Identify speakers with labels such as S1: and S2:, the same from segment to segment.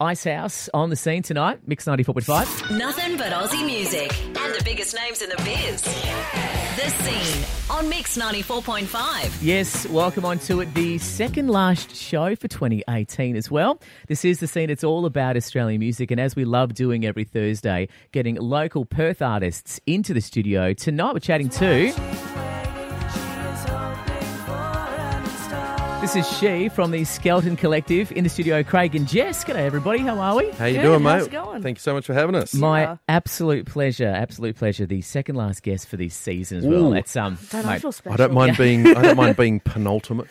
S1: Ice House on the scene tonight, Mix 94.5.
S2: Nothing but Aussie music and the biggest names in the biz. The scene on Mix 94.5.
S1: Yes, welcome on to it, the second last show for 2018 as well. This is the scene, it's all about Australian music, and as we love doing every Thursday, getting local Perth artists into the studio. Tonight we're chatting to. This is she from the Skeleton Collective in the studio, Craig and Jess. G'day, everybody. How are we?
S3: How you
S4: Good,
S3: doing, mate?
S4: how's it going?
S3: Thank you so much for having us.
S1: My
S4: Yeah.
S1: absolute pleasure, absolute pleasure. The second last guest for this season as well.
S3: Ooh.
S1: That's um,
S4: Don't I
S1: mate,
S4: feel special?
S3: I don't mind being I don't mind being penultimate.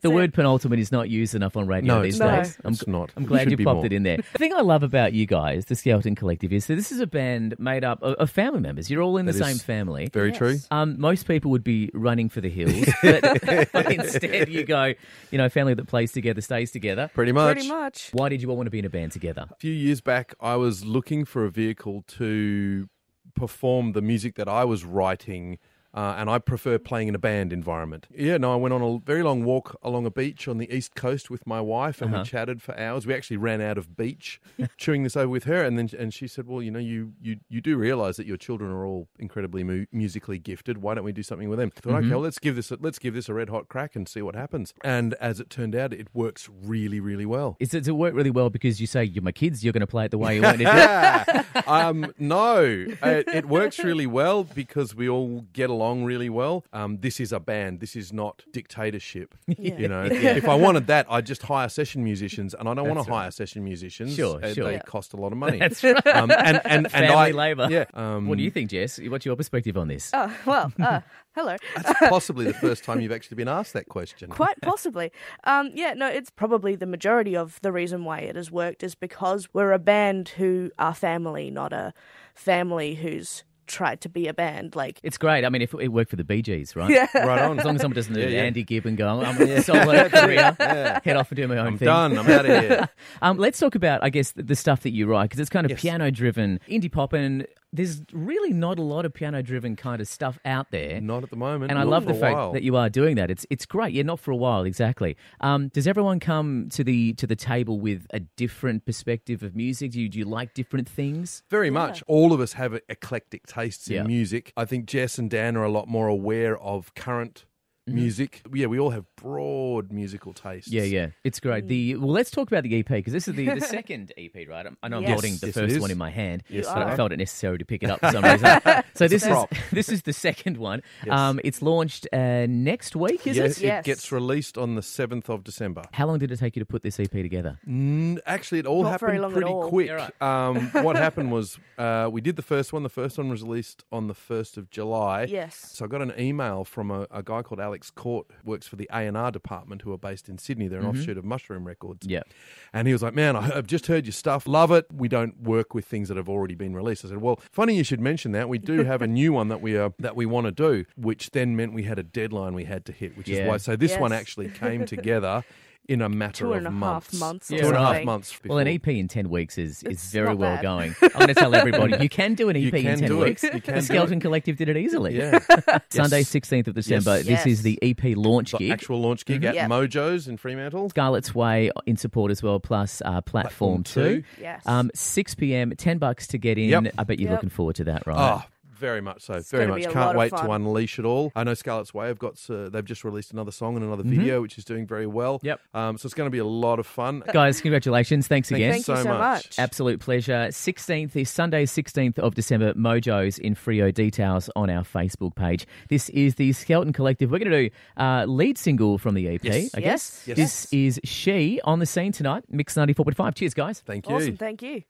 S1: the
S4: it.
S1: word penultimate is not used enough on radio
S3: No,
S1: these
S3: it's not.
S1: days. I'm,
S3: It's not.
S1: I'm
S3: It
S1: glad
S3: should
S1: you
S3: be
S1: popped
S3: more.
S1: it in there. The thing I love about you guys, the Skeleton Collective, is that this is a band made up of, of family members. You're all in the
S3: That
S1: same
S3: is
S1: family.
S3: Very
S4: Yes.
S3: true.
S1: Um, most people would be running for the hills, but instead you go, you know, family that plays together stays together.
S3: Pretty much.
S4: Pretty much.
S1: Why did you all want to be in a band together?
S3: A few years back, I was looking for a vehicle to perform the music that I was writing, uh, and I prefer playing in a band environment. Yeah, no, I went on a very long walk along a beach on the east coast with my wife, and we chatted for hours. We actually ran out of beach chewing this over with her, and then and she said, "Well, you know, you you you do realize that your children are all incredibly mu- musically gifted. Why don't we do something with them?" I thought, "Okay, well, let's give this a, let's give this a red hot crack and see what happens." And as it turned out, it works really, really well.
S1: Is it, does it work really well because you say you're my kids, you're going to play it the way you want to do it?
S3: um, no, it, it works really well because we all get along really well. Um, this is a band. This is not dictatorship. You know, if I wanted that, I'd just hire session musicians, and I don't want to hire session musicians.
S1: Sure,
S3: Uh,
S1: sure.
S3: They
S1: Yeah.
S3: cost a lot of money. That's right. Um, and and, and I,
S1: Family labour.
S3: Yeah. Um,
S1: What do you think, Jess? What's your perspective on this?
S4: Oh, well, uh, hello.
S3: that's possibly the first time you've actually been asked that question.
S4: Quite possibly. Um, yeah, no, it's probably the majority of the reason why it has worked is because we're a band who are family, not a family who's tried to be a band. Like,
S1: It's great. I mean, if it worked for the Bee Gees, right? Yeah.
S3: Right on.
S1: As long as someone doesn't do
S3: Yeah, yeah.
S1: Andy Gibb and go, I'm a solo career, head off and do my own
S3: I'm
S1: thing.
S3: done. I'm out of here.
S1: Um, let's talk about, I guess, the, the stuff that you write because it's kind of piano-driven, indie pop, and there's really not a lot of piano-driven kind of stuff out there.
S3: Not at the moment.
S1: and I
S3: Not
S1: love
S3: for
S1: the
S3: a
S1: fact
S3: while.
S1: that you are doing that. It's it's great. Yeah, not for a while, exactly. Um, does everyone come to the to the table with a different perspective of music? Do you do you like different things?
S3: Very much. All of us have e-, eclectic tastes
S1: Yeah.
S3: in music. I think Jess and Dan are a lot more aware of current music. Yeah, we all have broad musical tastes.
S1: Mm-hmm. Yeah, yeah, it's great.
S3: Mm.
S1: The well, let's talk about the EP because this is the, the second EP, right? I'm, I know I'm
S4: Yes.
S1: holding the
S3: Yes, it
S1: first
S3: is.
S1: one in my hand,
S4: Yes,
S1: but I
S4: are.
S1: felt it necessary to pick it up for some reason. so this is
S3: prop.
S1: this is the second one. Um, it's launched uh, next week, is
S3: Yes,
S1: it?
S3: it
S4: Yes.
S3: gets released on the 7th of December.
S1: How long did it take you to put this EP together?
S3: Mm, Actually, it all
S4: Not very
S3: happened
S4: long at
S3: pretty
S4: all.
S3: quick.
S1: Yeah,
S3: um, what happened was uh, we did the first one. The first one was released on the 1st of July.
S4: yes.
S3: So I got an email from a, a guy called Alex Court, who works for the A&R department, who are based in Sydney. They're an offshoot of Mushroom Records.
S1: Mm-hmm. Yeah.
S3: And he was like, Man, I- I've just heard your stuff. Love it. We don't work with things that have already been released. I said, Well, funny you should mention that. We do have a new one that we are that we want to do, which then meant we had a deadline we had to hit, which
S1: Yeah.
S3: is why so this one
S4: Yes.
S3: actually came together in a matter
S4: Two
S3: of
S4: and a half
S3: months.
S4: months
S3: Two
S4: or
S3: and a half
S4: something.
S3: months.
S1: Well, an E
S3: before-
S1: EP in ten weeks is is
S4: It's
S1: very
S4: not
S1: well
S4: bad.
S1: going. I'm going to tell everybody you can do an EP
S3: You
S1: in
S3: can
S1: ten
S3: do it.
S1: weeks.
S3: You can
S1: the
S3: do
S1: Skeleton Collective did it easily.
S3: Yeah.
S1: Sunday,
S3: Yes.
S1: sixteenth of December.
S3: Yes.
S1: This is the EP launch
S3: The
S1: gig.
S3: actual launch gig at
S4: Mm-hmm. Yeah.
S3: Mojo's in Fremantle.
S1: Scarlet's Way in support as well, plus uh, platform,
S3: Platform
S1: two.
S3: two.
S4: Yes.
S1: Um, 6 p.m., 10 bucks to get in.
S3: Yep.
S1: I bet you're
S4: Yep.
S1: looking forward to that, right?
S3: Oh, very much so. very
S4: gonna be
S3: much.
S4: a lot
S3: Can't
S4: of
S3: wait to
S4: fun.
S3: unleash it all. I know Scarlet's Way have got uh, they've just released another song and another video, which is doing very well.
S1: Mm-hmm. Yep.
S3: Um, so it's going to be a lot of fun.
S1: Guys, congratulations. Thanks again.
S4: Thank you so much.
S1: Absolute pleasure. 16th is Sunday, 16th of December. Mojo's in Frio details on our Facebook page. This is the Skeleton Collective. We're going to do uh, lead single from the EP, I guess.
S4: Yes.
S1: This is She on the scene tonight, Mix 94.5. Cheers, guys.
S3: Thank you.
S4: Awesome. Thank you.